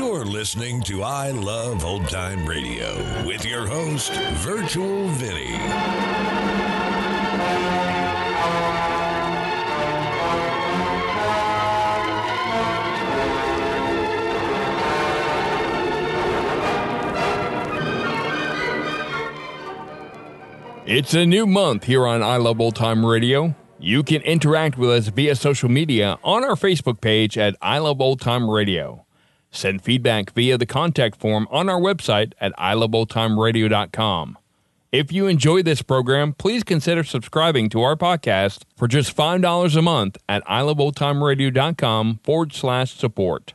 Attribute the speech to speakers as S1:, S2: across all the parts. S1: listening to I Love Old Time Radio with your host, Virtual Vinny.
S2: It's a new month here on I Love Old Time Radio. You can interact with us via social media on our Facebook page at I Love Old Time Radio. Send feedback via the contact form on our website at iloveoldtimeradio.com. If you enjoy this program, please consider subscribing to our podcast for just $5 a month at iloveoldtimeradio.com forward slash support.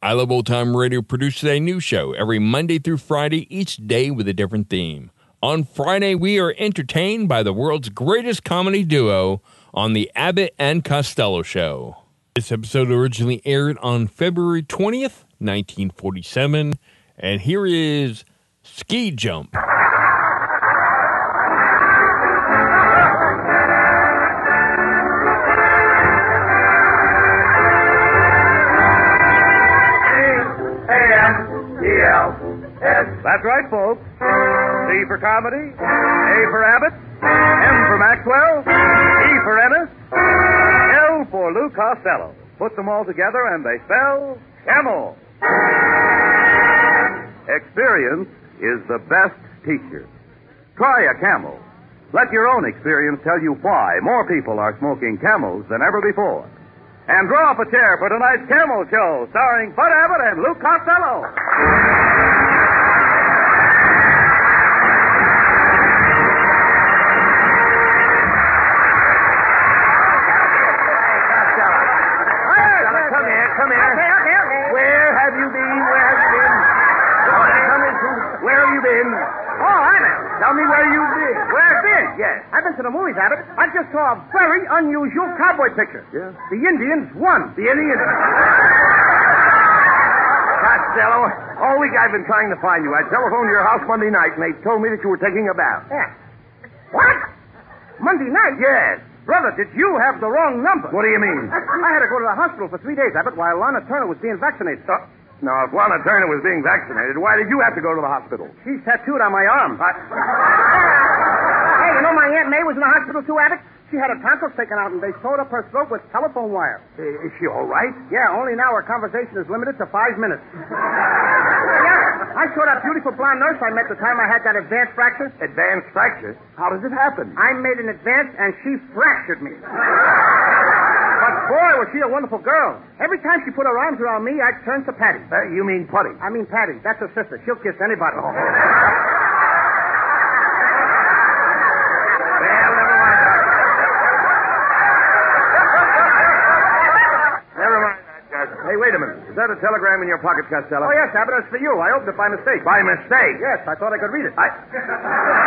S2: I Love Old Time Radio produces a new show every Monday through Friday, each day with a different theme. On Friday, we are entertained by the world's greatest comedy duo on the Abbott and Costello Show. This episode originally aired on February 20th, 1947, and here is Ski Jump.
S3: That's right, folks. C for comedy, A for Abbott, M for Maxwell, E for Ennis, L for Lou Costello. Put them all together and they spell Camel. Experience is the best teacher. Try a Camel. Let your own experience tell you why more people are smoking Camels than ever before. And draw up a chair for tonight's Camel Show, starring Bud Abbott and Lou Costello.
S4: Come here, come here. Okay, okay, okay. Where have you been? Where have you been? Come in, Sue. Where have you been?
S3: Oh, Abbott.
S4: Tell me where you've been.
S3: Where been?
S4: Yes.
S3: I've been to the movies, Abbott. I just saw a very unusual cowboy picture.
S4: Yeah?
S3: The Indians won.
S4: The Indians. Costello, all week I've been trying to find you. I telephoned to your house Monday night, and they told me that you were taking a bath.
S3: Yeah. What? Monday night?
S4: Yes.
S3: Brother, did you have the wrong number?
S4: What do you mean?
S3: I had to go to the hospital for three days, Abbott, while Lana Turner was being vaccinated.
S4: Now, Uh, if Lana Turner was being vaccinated, why did you have to go to the hospital?
S3: She's tattooed on my arm. hey, you know my Aunt May was in the hospital too, Abbott? She had her tonsils taken out and they sewed up her throat with telephone wire.
S4: Uh, Is she all right?
S3: Yeah, only now our conversation is limited to five minutes. yeah, I saw that beautiful blonde nurse I met the time I had that advanced fracture.
S4: Advanced fracture? How does it happen?
S3: I made an advance and she fractured me. But boy, was she a wonderful girl. Every time she put her arms around me, I'd turn to Patty.
S4: Uh, you mean putty. Oh.
S3: I mean, Patty, that's her sister. She'll kiss anybody.
S4: Well, never mind. Never mind that, Gus. Hey, wait a minute. Is that a telegram in your pocket, Costello?
S3: Oh, yes, Abbott, it's for you. I opened it by mistake.
S4: By mistake.
S3: Yes, I thought I could read it.
S4: I...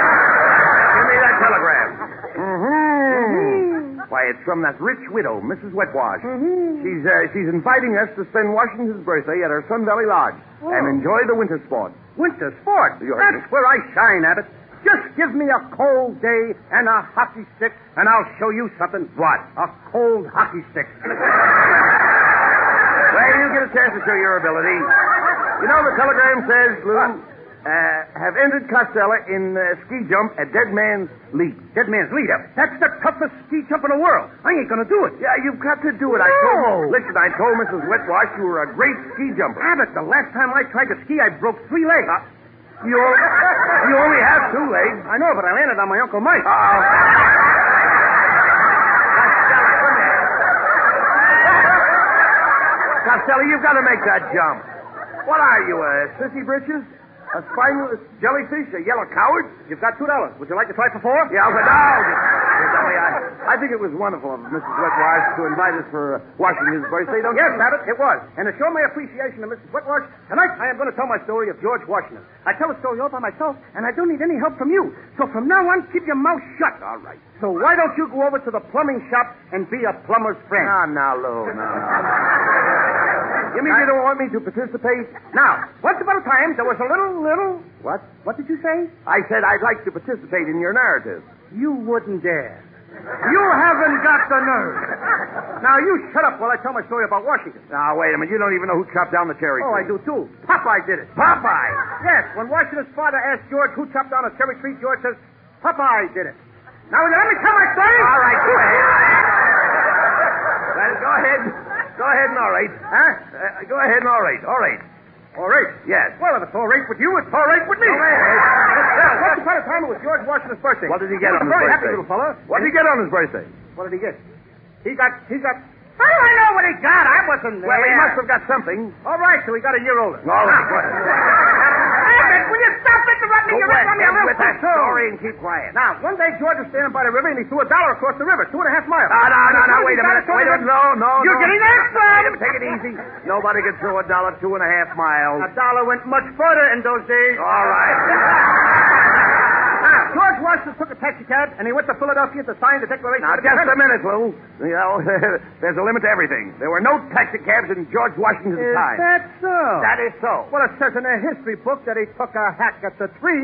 S4: Give me that telegram. Mm-hmm. Why, it's from that rich widow, Mrs. Wetwash.
S3: Mm-hmm.
S4: She's uh, she's inviting us to spend Washington's birthday at her Sun Valley Lodge and enjoy the winter sport.
S3: Oh. Winter sport.
S4: You heard
S3: That's where I shine, Abbott. Just give me a cold day and a hockey stick, and I'll show you something.
S4: What?
S3: A cold hockey stick.
S4: Well, you get a chance to show your ability. You know, the telegram says, Lou, uh, have entered Costello in uh, ski jump at Dead Man's Leap.
S3: Dead man's lead up. That's the toughest ski jump in the world. I ain't gonna do it.
S4: Yeah, you've got to do it. I told. Listen, I told Mrs. Wetwash you were a great ski jumper.
S3: Abbott, the last time I tried to ski, I broke three legs.
S4: Uh, You, you only have two legs.
S3: I know, but I landed on my Uncle Mike.
S4: Costello, you've got to make that jump. What are you, a sissy britches? A spineless jellyfish? A yellow coward?
S3: You've got two dollars. Would you like to try for four?
S4: Yeah, but no. Tell me, I, I I think it was wonderful of Mrs. Whitwash to invite us for uh, Washington's birthday, don't
S5: Yes,
S4: you?
S5: Babbitt, it was. And to show my appreciation to Mrs. Whitwash, tonight I am going to tell my story of George Washington. I tell the story all by myself, and I don't need any help from you. So from now on, keep your mouth shut. All right. So why don't you go over to the plumbing shop and be a plumber's friend?
S4: No, no, Ah, Lou, no, no. You mean you don't want me to participate?
S5: Now, once upon a time, there was a little, little...
S4: What?
S5: What did you say?
S4: I said I'd like to participate in your narrative.
S5: You wouldn't dare. You haven't got the nerve. Now, you shut up while I tell my story about Washington.
S4: Now, wait a minute. You don't even know who chopped down the cherry
S5: Oh, I
S4: tree.
S5: do too. Popeye did it.
S4: Popeye!
S5: Yes, when Washington's father asked George who chopped down a cherry tree, George says, Popeye did it. Now, will you let me tell my story?
S4: All right, go ahead. well, go ahead. Go ahead and all right.
S5: Huh?
S4: Uh, go ahead and all right. All right.
S5: All right.
S4: Yes.
S5: Well, if it's all right with you, it's all right with me.
S4: All right.
S5: Now, once upon a time, it was George Washington's birthday.
S4: What did he get on
S5: was a
S4: his
S5: very happy
S4: birthday?
S5: little fella.
S4: What did he get on his birthday?
S5: What did he get? He got, he got... How do I know what he got? I wasn't there.
S4: Well, Oh, he must have got something.
S5: All right, so he got a year older.
S4: All right. Go
S5: Abbott, Ah. will you stop interrupting? You're
S4: ahead
S5: right on me. I'm real
S4: with that
S5: quick, too.
S4: story and keep quiet.
S5: Now, one day George was standing by the river and he threw a dollar across the river, two and a half miles.
S4: No, no,
S5: And
S4: no,
S5: as
S4: no,
S5: soon as
S4: wait
S5: he
S4: a
S5: got
S4: minute.
S5: across
S4: Wait
S5: the
S4: a minute.
S5: river-
S4: No, no,
S5: You're
S4: no.
S5: getting that
S4: Wait a minute. Take it easy. Nobody can throw a dollar two and a half miles.
S5: A dollar went much further in those days.
S4: All right.
S5: Now, George Washington took a taxicab and he went to Philadelphia to sign the Declaration
S4: Now,
S5: of
S4: just a minute,
S5: Independence.
S4: Lou. You know, there's a limit to everything. There were no taxicabs in George Washington's
S5: Is
S4: time.
S5: that so?
S4: that is so.
S5: Well, it says in their history book that he took a hack at the tree.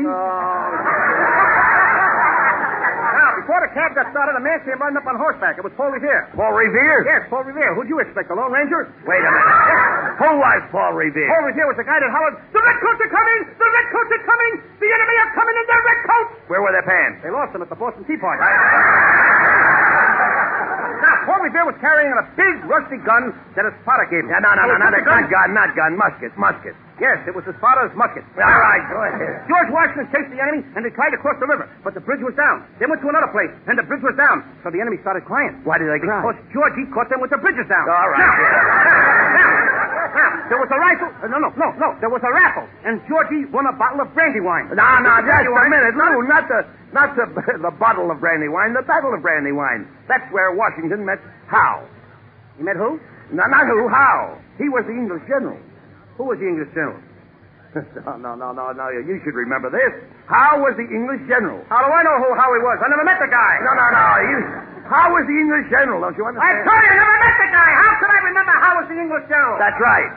S5: Now, before the cab got started, a man came running up on horseback. It was Paul Revere.
S4: Paul Revere?
S5: Yes, Paul Revere. Who'd you expect, the Lone Ranger?
S4: Wait a minute. Who was Paul Revere?
S5: Paul Revere was the guy that hollered, The redcoats are coming! The redcoats are coming! The enemy are coming in their redcoats!
S4: Where were their pants?
S5: They lost him at the Boston Tea Party. Now, Paul Revere was carrying a big, rusty gun that his father gave him.
S4: Yeah, no, no, no,
S5: Oh,
S4: not,
S5: the
S4: a, not gun, not gun. Musket, musket.
S5: Yes, it was his father's musket.
S4: All right, go ahead.
S5: George Washington chased the enemy, and they tried to cross the river, but the bridge was down. They went to another place, and the bridge was down, so the enemy started crying.
S4: Why did I cry?
S5: Because George, he caught them with the bridges down.
S4: All right.
S5: Now, now, there was a rifle. uh, No, no, no, no. There was a raffle, and Georgie won a bottle of brandy wine.
S4: No, Ah, no, just a minute. No, not the not the the bottle of brandy wine, the battle of brandy wine. That's where Washington met Howe.
S5: You met who?
S4: No, not who, Howe. He was the English general.
S5: Who was the English general?
S4: no, no, no, no, no. You should remember this. Howe was the English general.
S5: How do I know who how he was? I never met the guy.
S4: No, no, no. He, Howe was the English general. Don't you
S5: I
S4: understand?
S5: told you, I never met the guy. How could I remember how was the English general?
S4: That's right.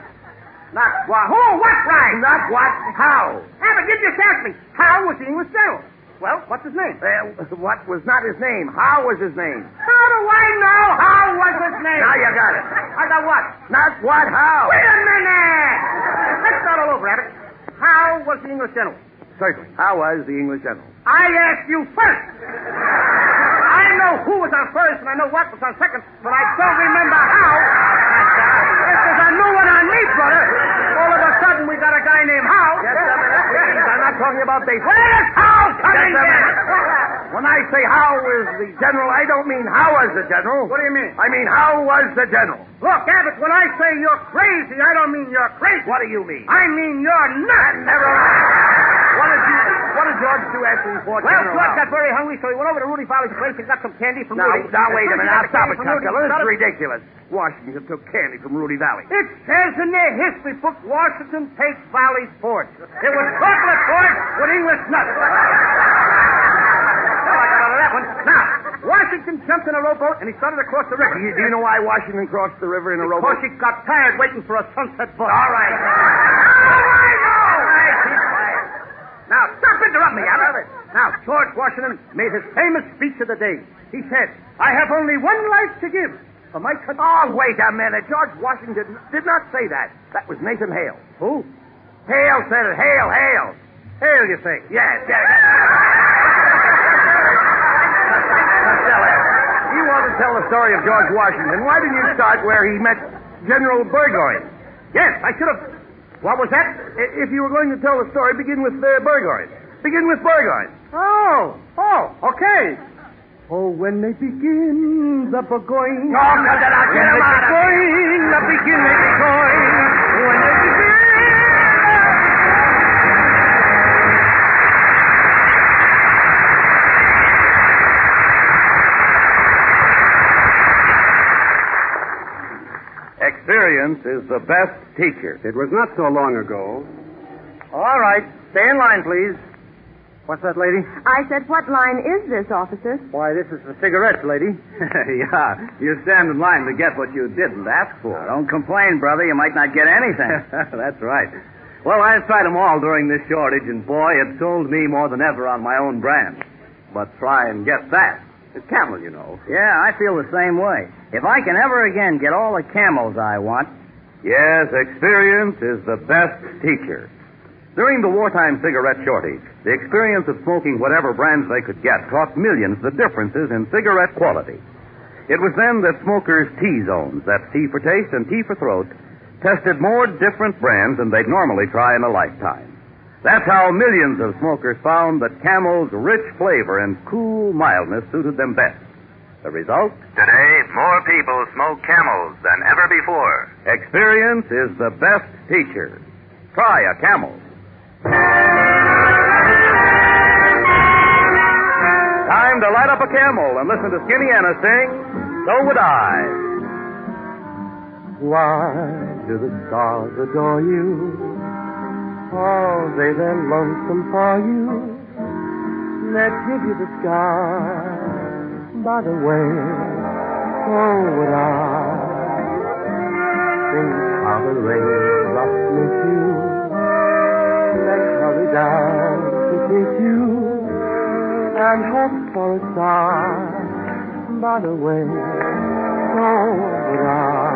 S5: Not why. Who? What right?
S4: Not what? Howe.
S5: Abbott, you just asked me. How was the English general? Well, what's his name?
S4: Uh, what was not his name? Howe was his name.
S5: How do I know how was his name?
S4: Now you got it.
S5: I got what?
S4: Not what? Howe.
S5: Wait a minute! Let's start all over, Abbott. How was the English general?
S4: Certainly. How was the English general?
S5: I asked you first. I know who was on first and I know what was on second, but I don't remember how. This is a new one on me, brother. All of a sudden, we got a guy named Howe.
S4: Just a minute, please. I'm not talking about baseball.
S5: Where is Howe
S4: Just
S5: coming
S4: a
S5: in?
S4: minute. When I say how was the general, I don't mean how was the general.
S5: What do you mean?
S4: I mean how was the general.
S5: Look, Abbott, when I say you're crazy, I don't mean you're crazy.
S4: What do you mean?
S5: I mean you're nuts.
S4: Never mind. What did you? What did George do after he fought
S5: Well,
S4: General
S5: George
S4: Howe?
S5: got very hungry, so he went over to Rudy Fowler's place and got some candy from
S4: Now,
S5: Rudy.
S4: now wait a minute. Now stop it, Costello. This is
S5: It
S4: ridiculous. Washington took candy from Rudy Valley.
S5: says in their history book, Washington takes Valley Forge. It was chocolate forge with English nuts. Well, I got out of that one. Now, Washington jumped in a rowboat and he started across the river.
S4: Do you, do you know why Washington crossed the river in a
S5: Of course,
S4: rowboat?
S5: he got tired waiting for a sunset bus.
S4: All right.
S5: Now, stop interrupting me, Abbott. Now, George Washington made his famous speech of the day. He said, I have only one life to give for my country.
S4: Oh, wait a minute. George Washington did not say that. That was Nathan Hale.
S5: Who?
S4: Hale said it. Hale, Hale.
S5: Hale, you say.
S4: Yes, yes. Costello, you want to tell the story of George Washington. Why didn't you start where he met General Burgoyne?
S5: Yes, I should have. What was that?
S4: I- If you were going to tell the story, begin with uh, Burgoyne. Begin with Burgoyne.
S5: Oh, oh, okay. Oh, when they begin the burgoyne.
S4: Oh, Costello, get him out of here.
S5: Burgoyne, the beginning burgoyne. When they begin.
S4: Now, Experience is the best teacher.
S3: It was not so long ago.
S6: All right. Stay in line, please. What's that, lady?
S5: I said, What line is this, officer?
S6: Why, this is for cigarettes, lady.
S4: yeah, you stand in line to get what you didn't ask for. don't complain, brother. You might not get anything. That's right. Well, I've tried them all during this shortage, and boy, it sold me more than ever on my own brand. But try and get that. It's camel, you know.
S3: Yeah, I feel the same way. If I can ever again get all the camels I want.
S4: Yes, experience is the best teacher. During the wartime cigarette shortage, the experience of smoking whatever brands they could get taught millions the differences in cigarette quality. It was then that smokers' T zones, that's T for taste and T for throat, tested more different brands than they'd normally try in a lifetime. That's how millions of smokers found that Camel's rich flavor and cool mildness suited them best. The result?
S7: Today, more people smoke camels than ever before.
S4: Experience is the best teacher. Try a Camel. Time to light up a camel and listen to Skinny Anna sing, So Would I.
S3: Why do the stars adore you? Are they then lonesome for you? Let's give you the sky. By the way, so would I. Think how the raindrops miss you. Let's hurry down to kiss you. And hope for a sign. By the way, so would I.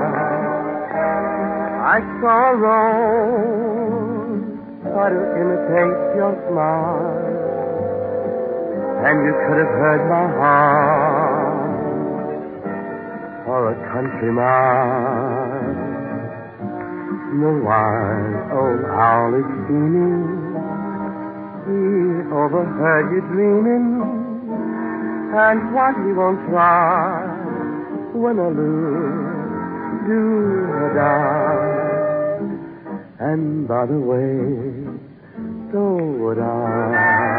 S3: I saw a rose try to imitate your smile, and you could have heard my heart for a country mile. The wise old owl is steaming. He overheard you dreaming, and what he won't try, win or lose do or die. And by the way, so would I.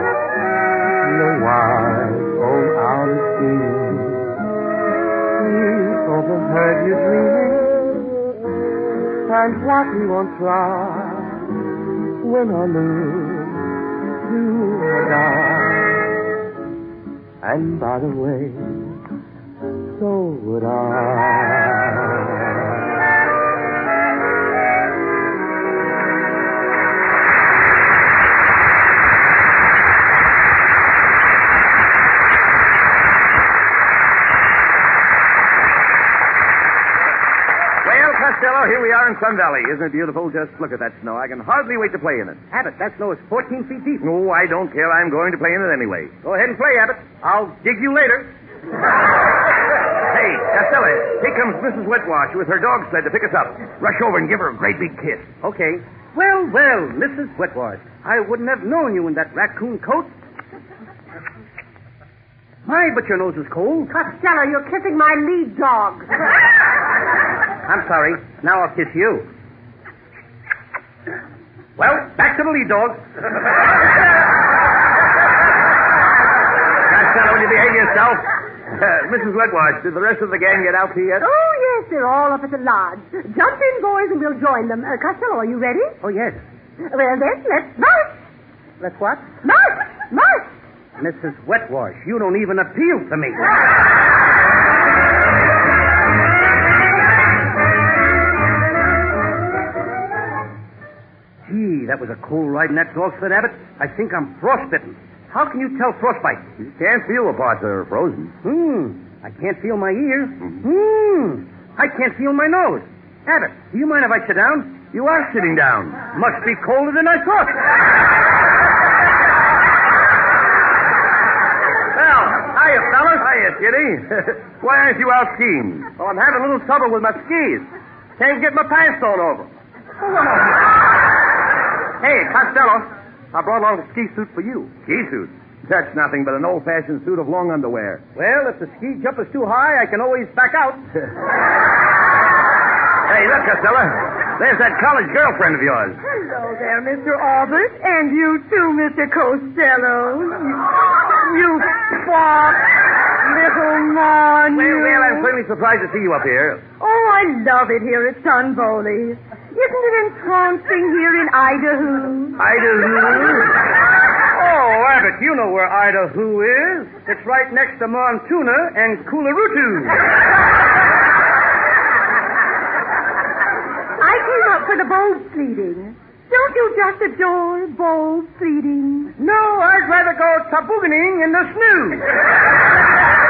S3: the wise old owl is singing. He overheard you dreaming, and what he won't try, win or lose, do or die. And by the way, so would I.
S4: Well, Costello, here we are in Sun Valley. Isn't it beautiful? Just look at that snow. I can hardly wait to play in it.
S6: Abbott, that snow is 14 feet deep.
S4: No, I don't care. I'm going to play in it anyway.
S6: Go ahead and play, Abbott. I'll dig you later.
S4: Hey, Costello, here comes Mrs. Wetwash with her dog sled to pick us up. Rush over and give her a great big kiss.
S6: Okay. Well, well, Mrs. Wetwash, I wouldn't have known you in that raccoon coat. My, but your nose is cold.
S5: Costello, you're kissing my lead dog.
S6: I'm sorry. Now I'll kiss you. Well, back to the lead dog.
S4: Costello, will you behave yourself? Uh, Mrs. Wetwash, did the rest of the gang get out here yet?
S5: oh, yes, they're all up at the lodge. Jump in, boys, and we'll join them. Uh, Costello, are you ready?
S6: Oh, yes.
S5: Well, then, let's march.
S6: Let's what?
S5: March! March!
S6: Mrs. Wetwash, you don't even appeal to me. Gee, that was a cold ride in that dog sled, Abbott. I think I'm frostbitten. How can you tell frostbite?
S4: You can't feel the parts that are frozen. Mm-hmm.
S6: Hmm. I can't feel my ear. Hmm. I can't feel my nose. Abbott, do you mind if I sit down?
S4: You are sitting down.
S6: Must be colder than I thought.
S4: Well, hiya, fellas. Hiya, Kitty. Why aren't you out skiing?
S6: Oh, I'm having a little trouble with my skis. Can't get my pants thrown over. hey, Costello, I brought along a ski suit for you.
S4: Ski suit.
S8: That's nothing but an old fashioned suit of long underwear.
S4: Well, if the ski jump is too high, I can always back out.
S8: Hey, look, Costello. There's that college girlfriend of yours.
S9: Hello there, Mr. Albert, and you too, Mr. Costello. You, you fop, little mon.
S8: Well,
S9: you.
S8: well, I'm plainly surprised to see you up here.
S9: Oh, I love it here at Sunbowley. Isn't it entrancing here in Idaho?
S8: Idaho.
S4: Oh, Abbott, you know where Idaho is. It's right next to Montuna and Coolarootu.
S9: I came up for the bold pleading. Don't you just adore bold pleading?
S4: No, I'd rather go tobogganing in the snow.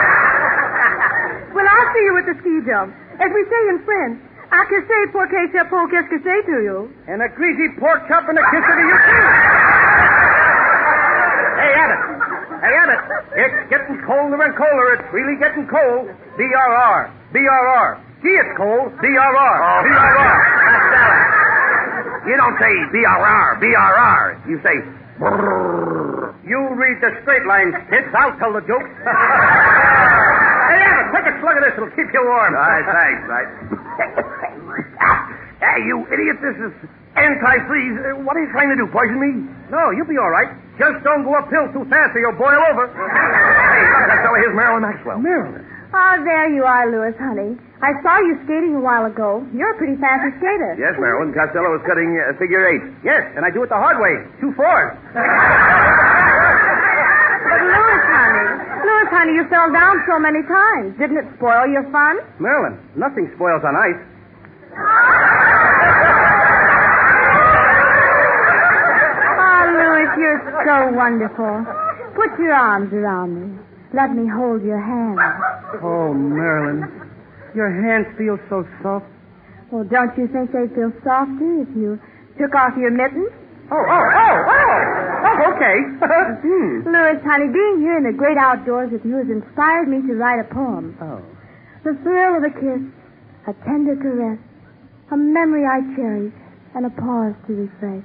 S9: Well, I'll see you at the ski jump. As we say in French, I can say pour que c'est pour qu'est-ce que c'est to you.
S4: And a greasy pork chop and a kiss to you, too. hey, Abbott. Hey, Abbott. It's getting colder and colder. It's really getting cold. BRR. BRR. Gee, it's cold. BRR.
S5: Oh,
S4: BRR.
S5: You don't say BRR, BRR. You say
S4: You read the straight line, Spitz. I'll tell the jokes. hey, Abbott, take a slug of this. It'll keep you warm.
S5: All right, thanks. I... hey, you idiot! This is anti-freeze. Uh, What are you trying to do? Poison me?
S4: No, you'll be all right. Just don't go uphill too fast or you'll boil over.
S5: Hey, look, that fellow here's Marilyn Maxwell.
S4: Marilyn.
S9: Ah, there you are, Louis, honey. I saw you skating a while ago. You're a pretty fast skater.
S8: yes, Marilyn. Costello is cutting uh, figure eight.
S4: Yes, and I do it the hard way. Two fours.
S9: But Louis, honey, Louis, honey, you fell down so many times. Didn't it spoil your fun?
S4: Marilyn, nothing spoils on ice.
S9: Oh, Louis, you're so wonderful. Put your arms around me. Let me hold your hand.
S4: Oh, Marilyn, your hands feel so soft.
S9: Well, don't you think they'd feel softer if you took off your mittens?
S4: Oh, oh, oh, oh! Oh, okay. hmm.
S9: Louis, honey, being here in the great outdoors with you has inspired me to write a poem.
S4: Oh.
S9: The thrill of a kiss, a tender caress, a memory I cherish, and a pause to refresh.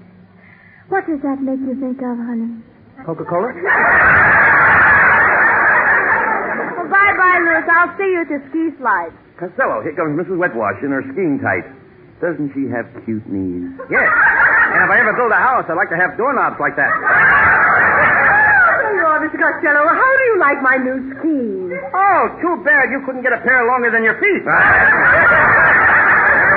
S9: What does that make you think of, honey?
S4: Coca-Cola?
S9: Well, bye-bye, Louis. I'll see you at the ski slide.
S8: Costello, here comes Mrs. Wetwash in her skiing tights. Doesn't she have cute knees?
S4: Yes. And if I ever build a house, I'd like to have doorknobs like that.
S9: Hello, Mr. Costello. How do you like my new skis?
S4: Oh, too bad you couldn't get a pair longer than your feet.
S8: Never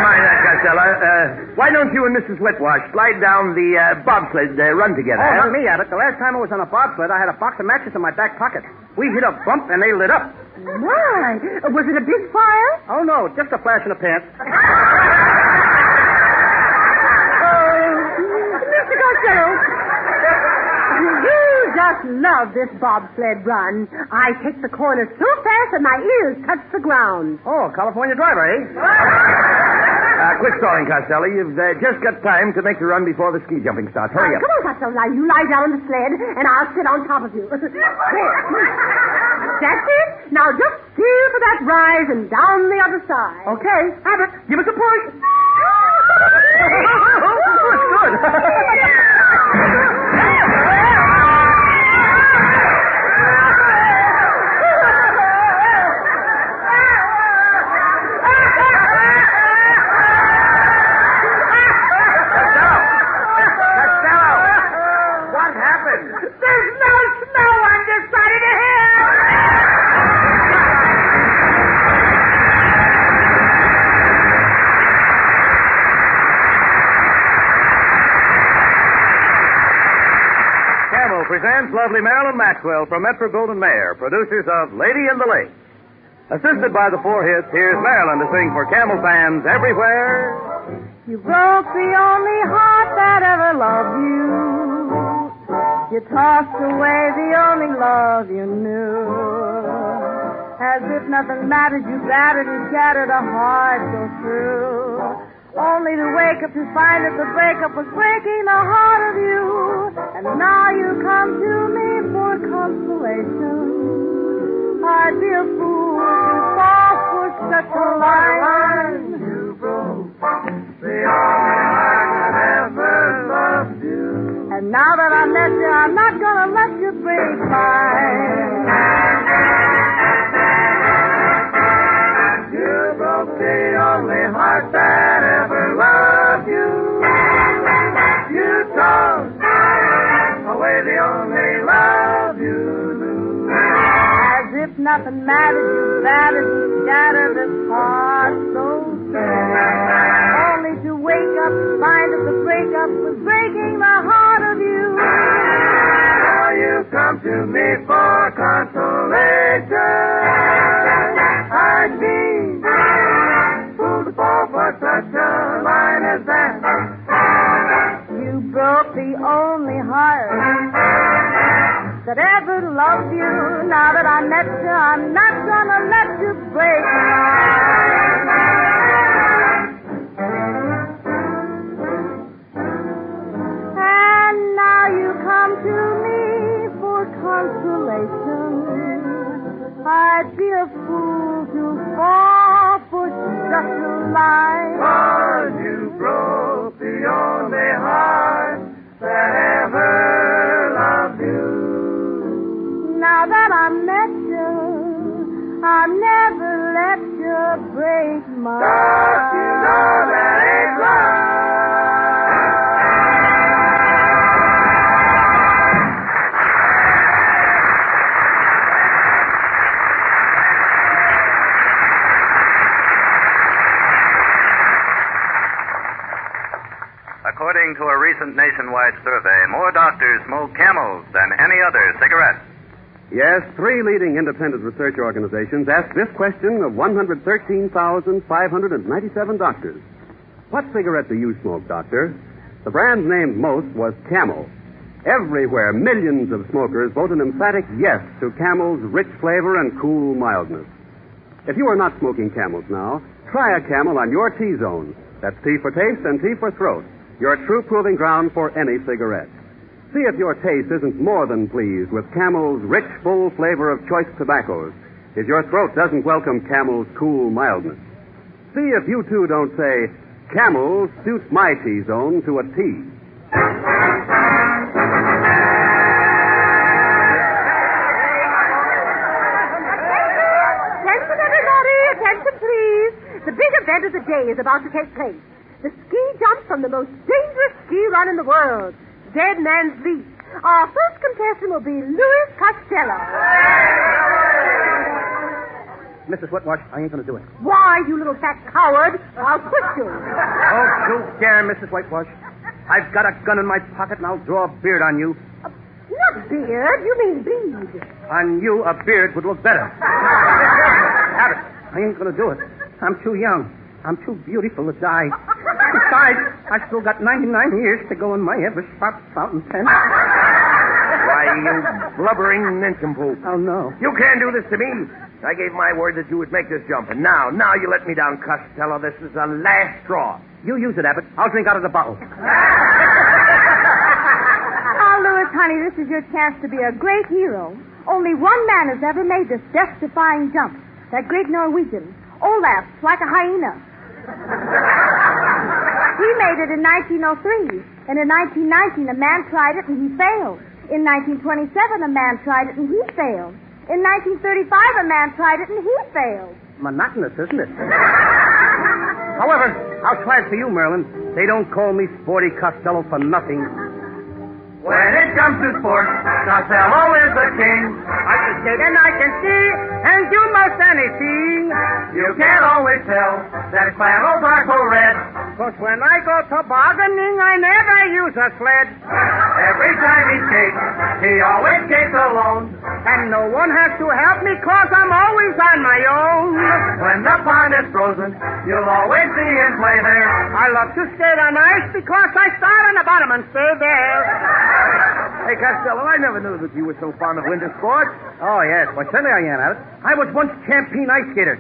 S8: mind that, Costello. Uh, why don't you and Mrs. Wetwash slide down the uh, bobsled uh, run together?
S4: Oh,
S8: huh?
S4: not me, Abbott. The last time I was on a bobsled, I had a box of matches in my back pocket. We hit a bump and they lit up.
S9: My, was it a big fire?
S4: Oh, no, just a flash in the pants.
S9: Mr. Costello, Oh, you just love this bobsled run. I hit the corners so fast that my ears touch the ground.
S4: Oh, California driver, eh?
S8: Uh, quit stalling, Costello. You've uh, just got time to make the run before the ski jumping starts. Hurry up.
S9: Now, come on, Costello. Now, you lie down on the sled, and I'll sit on top of you. There. That's it. Now, just steer for that rise and down the other side.
S4: Okay, Abbott, give us a push.
S9: Good.
S5: Costello, what happened?
S9: There's no snow on this side of the hill.
S8: Camel presents lovely Marilyn Maxwell from Metro Golden Mayer, producers of Lady in the Lake. Assisted by the four hits, here's Marilyn to sing for Camel fans everywhere.
S9: You broke the only heart that ever loved you. You tossed away the only love you knew. As if nothing mattered, you battered and shattered a heart so true. Only to wake up to find that the breakup was breaking the heart of you. And now you come to me for consolation. I'd be a fool to fall for such a line. And now that I met you, I'm not gonna let you break my
S5: mine. You broke the only heart that ever loved you. You took away the only love you knew.
S10: As if nothing mattered, you battered and shattered this heart so sad. Only to wake up, find that the breakup was breaking the heart of you.
S5: Now you come to me for consolation. I need fool to fall for such a line as that.
S10: You broke the only heart that ever loved you. Now that I met you, I'm not gonna let you break. And now you come to me for consolation. I'd be a fool to fall for such a lie.
S5: Cause you broke the only heart that ever loved you.
S10: Now that I met you, I never let you break my
S5: Don't you know that ain't right?
S11: According to a recent nationwide survey, more doctors smoke camels than any other cigarette.
S3: Yes, three leading independent research organizations asked this question of 113,597 doctors. What cigarette do you smoke, doctor? The brand named most was Camel. Everywhere, millions of smokers vote an emphatic yes to Camel's rich flavor and cool mildness. If you are not smoking Camels now, try a Camel on your T-zone. That's T for taste and T for throat. Your true proving ground for any cigarette. See if your taste isn't more than pleased with Camel's rich, full flavor of choice tobaccos, if your throat doesn't welcome Camel's cool mildness. See if you too don't say, Camel suits my T-zone to a T.
S9: Attention, everybody! Attention, please! The big event of the day is about to take place. The ski jump from the most dangerous ski run in the world, Dead Man's Leap. Our first contestant will be Louis Costello.
S3: Mrs. Whitwash, I ain't going to do it.
S9: Why, you little fat coward? I'll quit you.
S3: Don't you dare, Mrs. Whitewash. I've got a gun in my pocket, and I'll draw a beard on you.
S9: Not beard, you mean bead.
S3: On you, a beard would look better. Have it. I ain't going to do it. I'm too young. I'm too beautiful to die. Besides, I've still got 99 years to go in my ever sharp fountain pen.
S4: Why, you blubbering nincompoop.
S3: Oh, no.
S4: You can't do this to me. I gave my word that you would make this jump, and now, now you let me down, Costello. This is the last straw.
S3: You use it, Abbott. I'll drink out of the bottle.
S9: Oh, Louis, honey, this is your chance to be a great hero. Only one man has ever made this death-defying jump. That great Norwegian, Olaf, like a hyena. he made it in 1903, and in 1919 a man tried it and he failed. In 1927 a man tried it and he failed. In 1935 a man tried it and he failed.
S3: Monotonous, isn't it? However, I'll try it for you, Merlin. They don't call me Sporty Costello for nothing.
S4: When it comes to sports, Costello is the king.
S5: I can skate and I can see, and do most anything. You can always tell that flannels are so red. Cause when I go tobogganing, I never use a sled. Every time he skates, he always skates alone. And no one has to help me cause I'm always on my own. When the pond is frozen, you'll always see him play there. I love to skate on ice because I start on the bottom and stay there.
S4: Hey, Costello, I never knew that you were so fond of winter sports.
S3: Oh, yes. Well, certainly I am, Alice. I was once champion ice skater.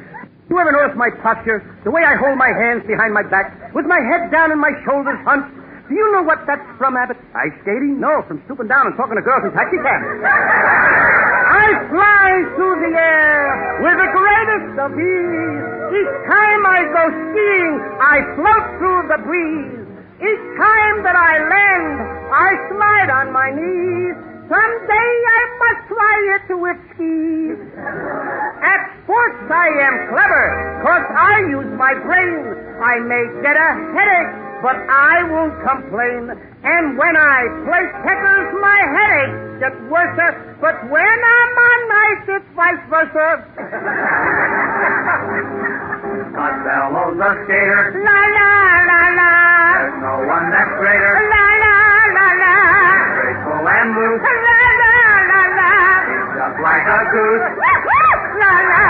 S3: You ever notice my posture? The way I hold my hands behind my back, with my head down and my shoulders hunched? Do you know what that's from, Abbott? Ice skating? No, from stooping down and talking to girls in taxi cabs. I fly through the air with the greatest of ease. Each time I go skiing, I float through the breeze. Each time that I land, I slide on my knees. Someday I must
S5: Prior to whiskey. At sports, I am clever, cause I use my brain. I may get a headache, but I won't complain. And when I play checkers, my headache gets worse. But when I'm on ice, it's vice versa.
S4: Costello's a skater.
S5: La la la la.
S4: There's no one that's greater.
S5: La la la la.
S4: Graceful and loose.
S5: La la la la.
S4: He's just like a goose.
S5: Woo, woo, La la.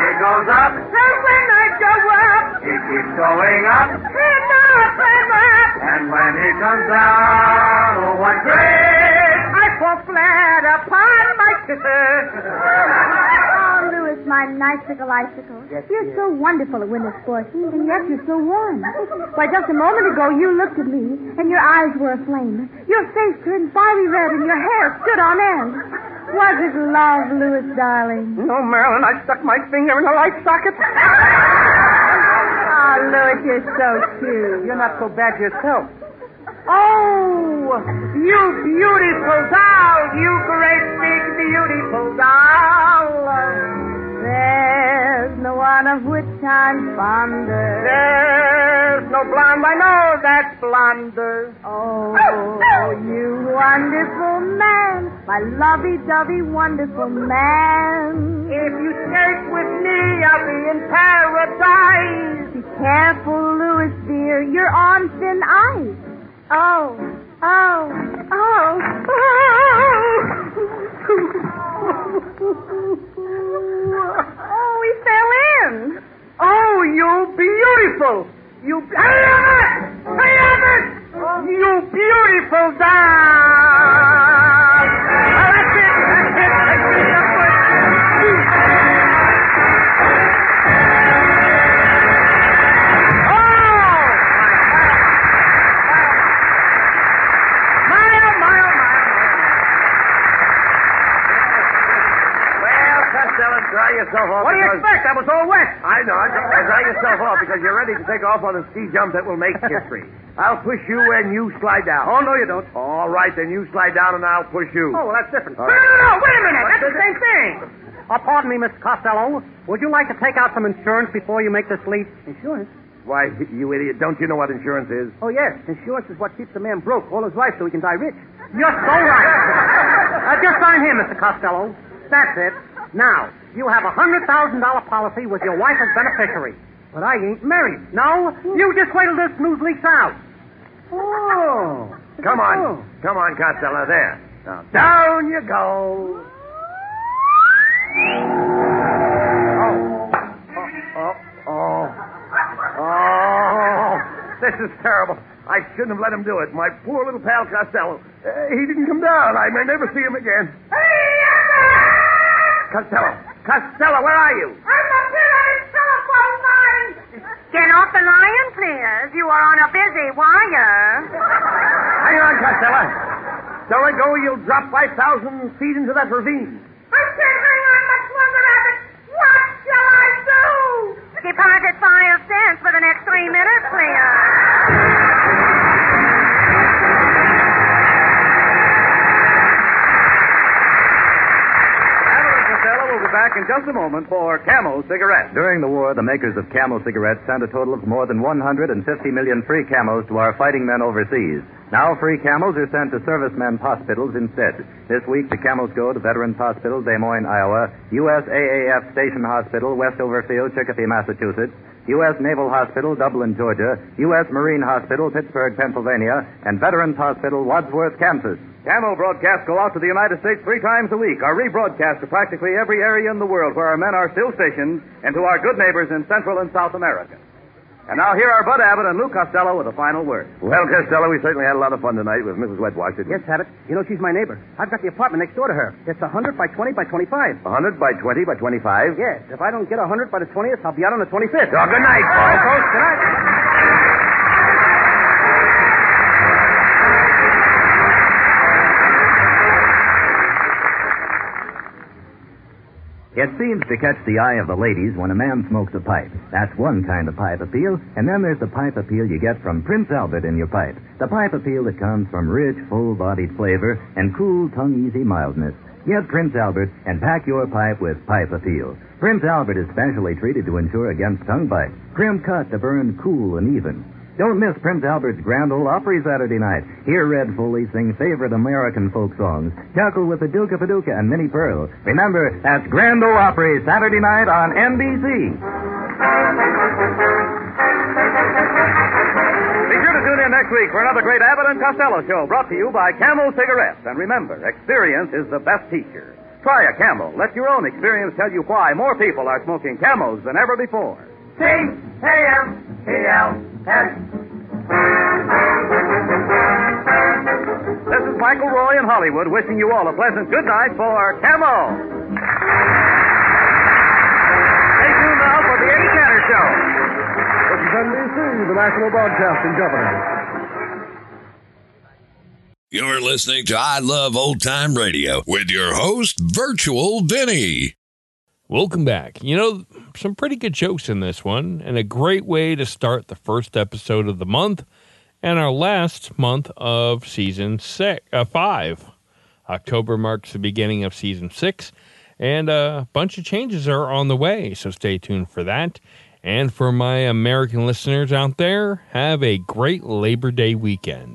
S4: He goes up.
S5: And when I go up,
S4: He keeps going up.
S5: and up and up,
S4: And when he comes down, oh, what great!
S5: I fall flat upon my kisser.
S9: Oh, Louis, my icicle icicle. you're so wonderful at winter sports, and yet you're so warm. Why, just a moment ago, you looked at me, and your eyes were aflame. Your face turned fiery red, and your hair stood on end. Was it love, Louis, darling?
S5: No, Marilyn, I stuck my finger in a light socket.
S9: Oh, Louis, you're so cute.
S5: You're not so bad yourself. Oh, you beautiful doll, you great big beautiful doll.
S9: There's no one of which I'm fonder.
S5: There's no blonde I know that's blonder.
S9: Oh, you wonderful man, my lovey-dovey wonderful man.
S5: If you take with me, I'll be in paradise.
S9: Be careful, Louis dear. You're on thin ice. Oh, oh, oh. oh, he fell in.
S5: Oh, you beautiful! You I love it! I love it! You beautiful doll! Oh, that's it, that's it, that's it, that's it. Oh! My, oh, my, oh,
S4: Well, Costello, dry yourself
S5: my.
S4: off.
S5: What do you
S4: because-
S5: expect? I was all wet.
S4: I know. I just dry yourself off because you're ready to take off on a ski jump that will make history. I'll push you and you slide down.
S5: Oh, no, you don't.
S4: All right, then you slide down and I'll push you.
S5: Oh, well, that's different.
S4: All
S5: no,
S4: right.
S5: no, no, wait a minute. That's the same thing. Oh, pardon me, Miss Costello. Would you like to take out some insurance before you make this leap? Insurance?
S4: Why, you idiot, don't you know what insurance is?
S5: Oh, yes. Insurance is what keeps a man broke all his life so he can die rich. You're so right. uh, just sign here, Mr. Costello. That's it. Now, you have a $100,000 policy with your wife as beneficiary. But I ain't married. No? You just wait till this news leaks out. Oh.
S4: Come on.
S5: Oh.
S4: Come on, Costello. There. Now, down you go. Oh. Oh. Oh. Oh. This is terrible. I shouldn't have let him do it. My poor little pal Costello. Uh, he didn't come down. I may never see him again. Costello. Costello, where are you?
S12: I'm up here on a telephone line. Get off the line, please. You are on a busy wire.
S4: Hang on, Costello. Don't go. You'll drop 5,000 feet into that ravine.
S12: I can't hang on much longer, Rabbit. What shall I do? Deposit five cents for the next three minutes, please.
S3: Alan Costello will be back in just a moment for Camel Cigarettes. During the war, the makers of Camel Cigarettes sent a total of more than 150 million free Camels to our fighting men overseas. Now free Camels are sent to servicemen's hospitals instead. This week, the Camels go to Veterans Hospital, Des Moines, Iowa, USAAF Station Hospital, Westover Field, Chicopee, Massachusetts, U.S. Naval Hospital, Dublin, Georgia, U.S. Marine Hospital, Pittsburgh, Pennsylvania, and Veterans Hospital, Wadsworth, Kansas. Camel broadcasts go out to the United States three times a week, are rebroadcast to practically every area in the world where our men are still stationed, and to our good neighbors in Central and South America. And now here are Bud Abbott and Lou Costello with a final word.
S4: Well, Costello, we certainly had a lot of fun tonight with Mrs. Wetwash. didn't we?
S5: Yes, Habit. You know, she's my neighbor. I've got the apartment next door to her. It's a 100 by 20 by 25.
S4: 100 by 20 by 25.
S5: Yes, if I don't get a 100 by the 20th, I'll be out on the 25th.
S4: Oh, good night, boys.
S5: folks. Good night.
S13: It seems to catch the eye of the ladies when a man smokes a pipe. That's one kind of pipe appeal. And then there's the pipe appeal you get from Prince Albert in your pipe. The pipe appeal that comes from rich, full bodied flavor and cool, tongue easy mildness. Get Prince Albert and pack your pipe with Pipe Appeal. Prince Albert is specially treated to ensure against tongue bite. Trim cut to burn cool and even. Don't miss Prince Albert's Grand Ole Opry Saturday night. Hear Red Foley sing favorite American folk songs. Chuckle with the Duke of Paducah and Minnie Pearl. Remember, that's Grand Ole Opry Saturday night on NBC.
S3: Be sure to tune in next week for another great Abbott and Costello show brought to you by Camel Cigarettes. And remember, experience is the best teacher. Try a Camel. Let your own experience tell you why more people are smoking Camels than ever before.
S14: C-A-M-E-L-S.
S3: This is Michael Roy in Hollywood wishing you all a pleasant good night for Camel. Stay tuned now for the Eddie Cantor Show.
S4: This is NBC, the National Broadcasting Company.
S1: You're listening to I Love Old Time Radio with your host, Virtual Vinny.
S2: Welcome back. You know, some pretty good jokes in this one, and a great way to start the first episode of the month and our last month of season six, uh, five. October marks the beginning of season six, and a bunch of changes are on the way, so stay tuned for that. And for my American listeners out there, have a great Labor Day weekend.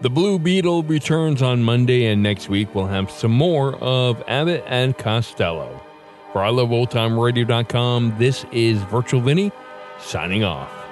S2: The Blue Beetle returns on Monday, and next week we'll have some more of Abbott and Costello. For iloveoldtimeradio.com, this is Virtual Vinny signing off.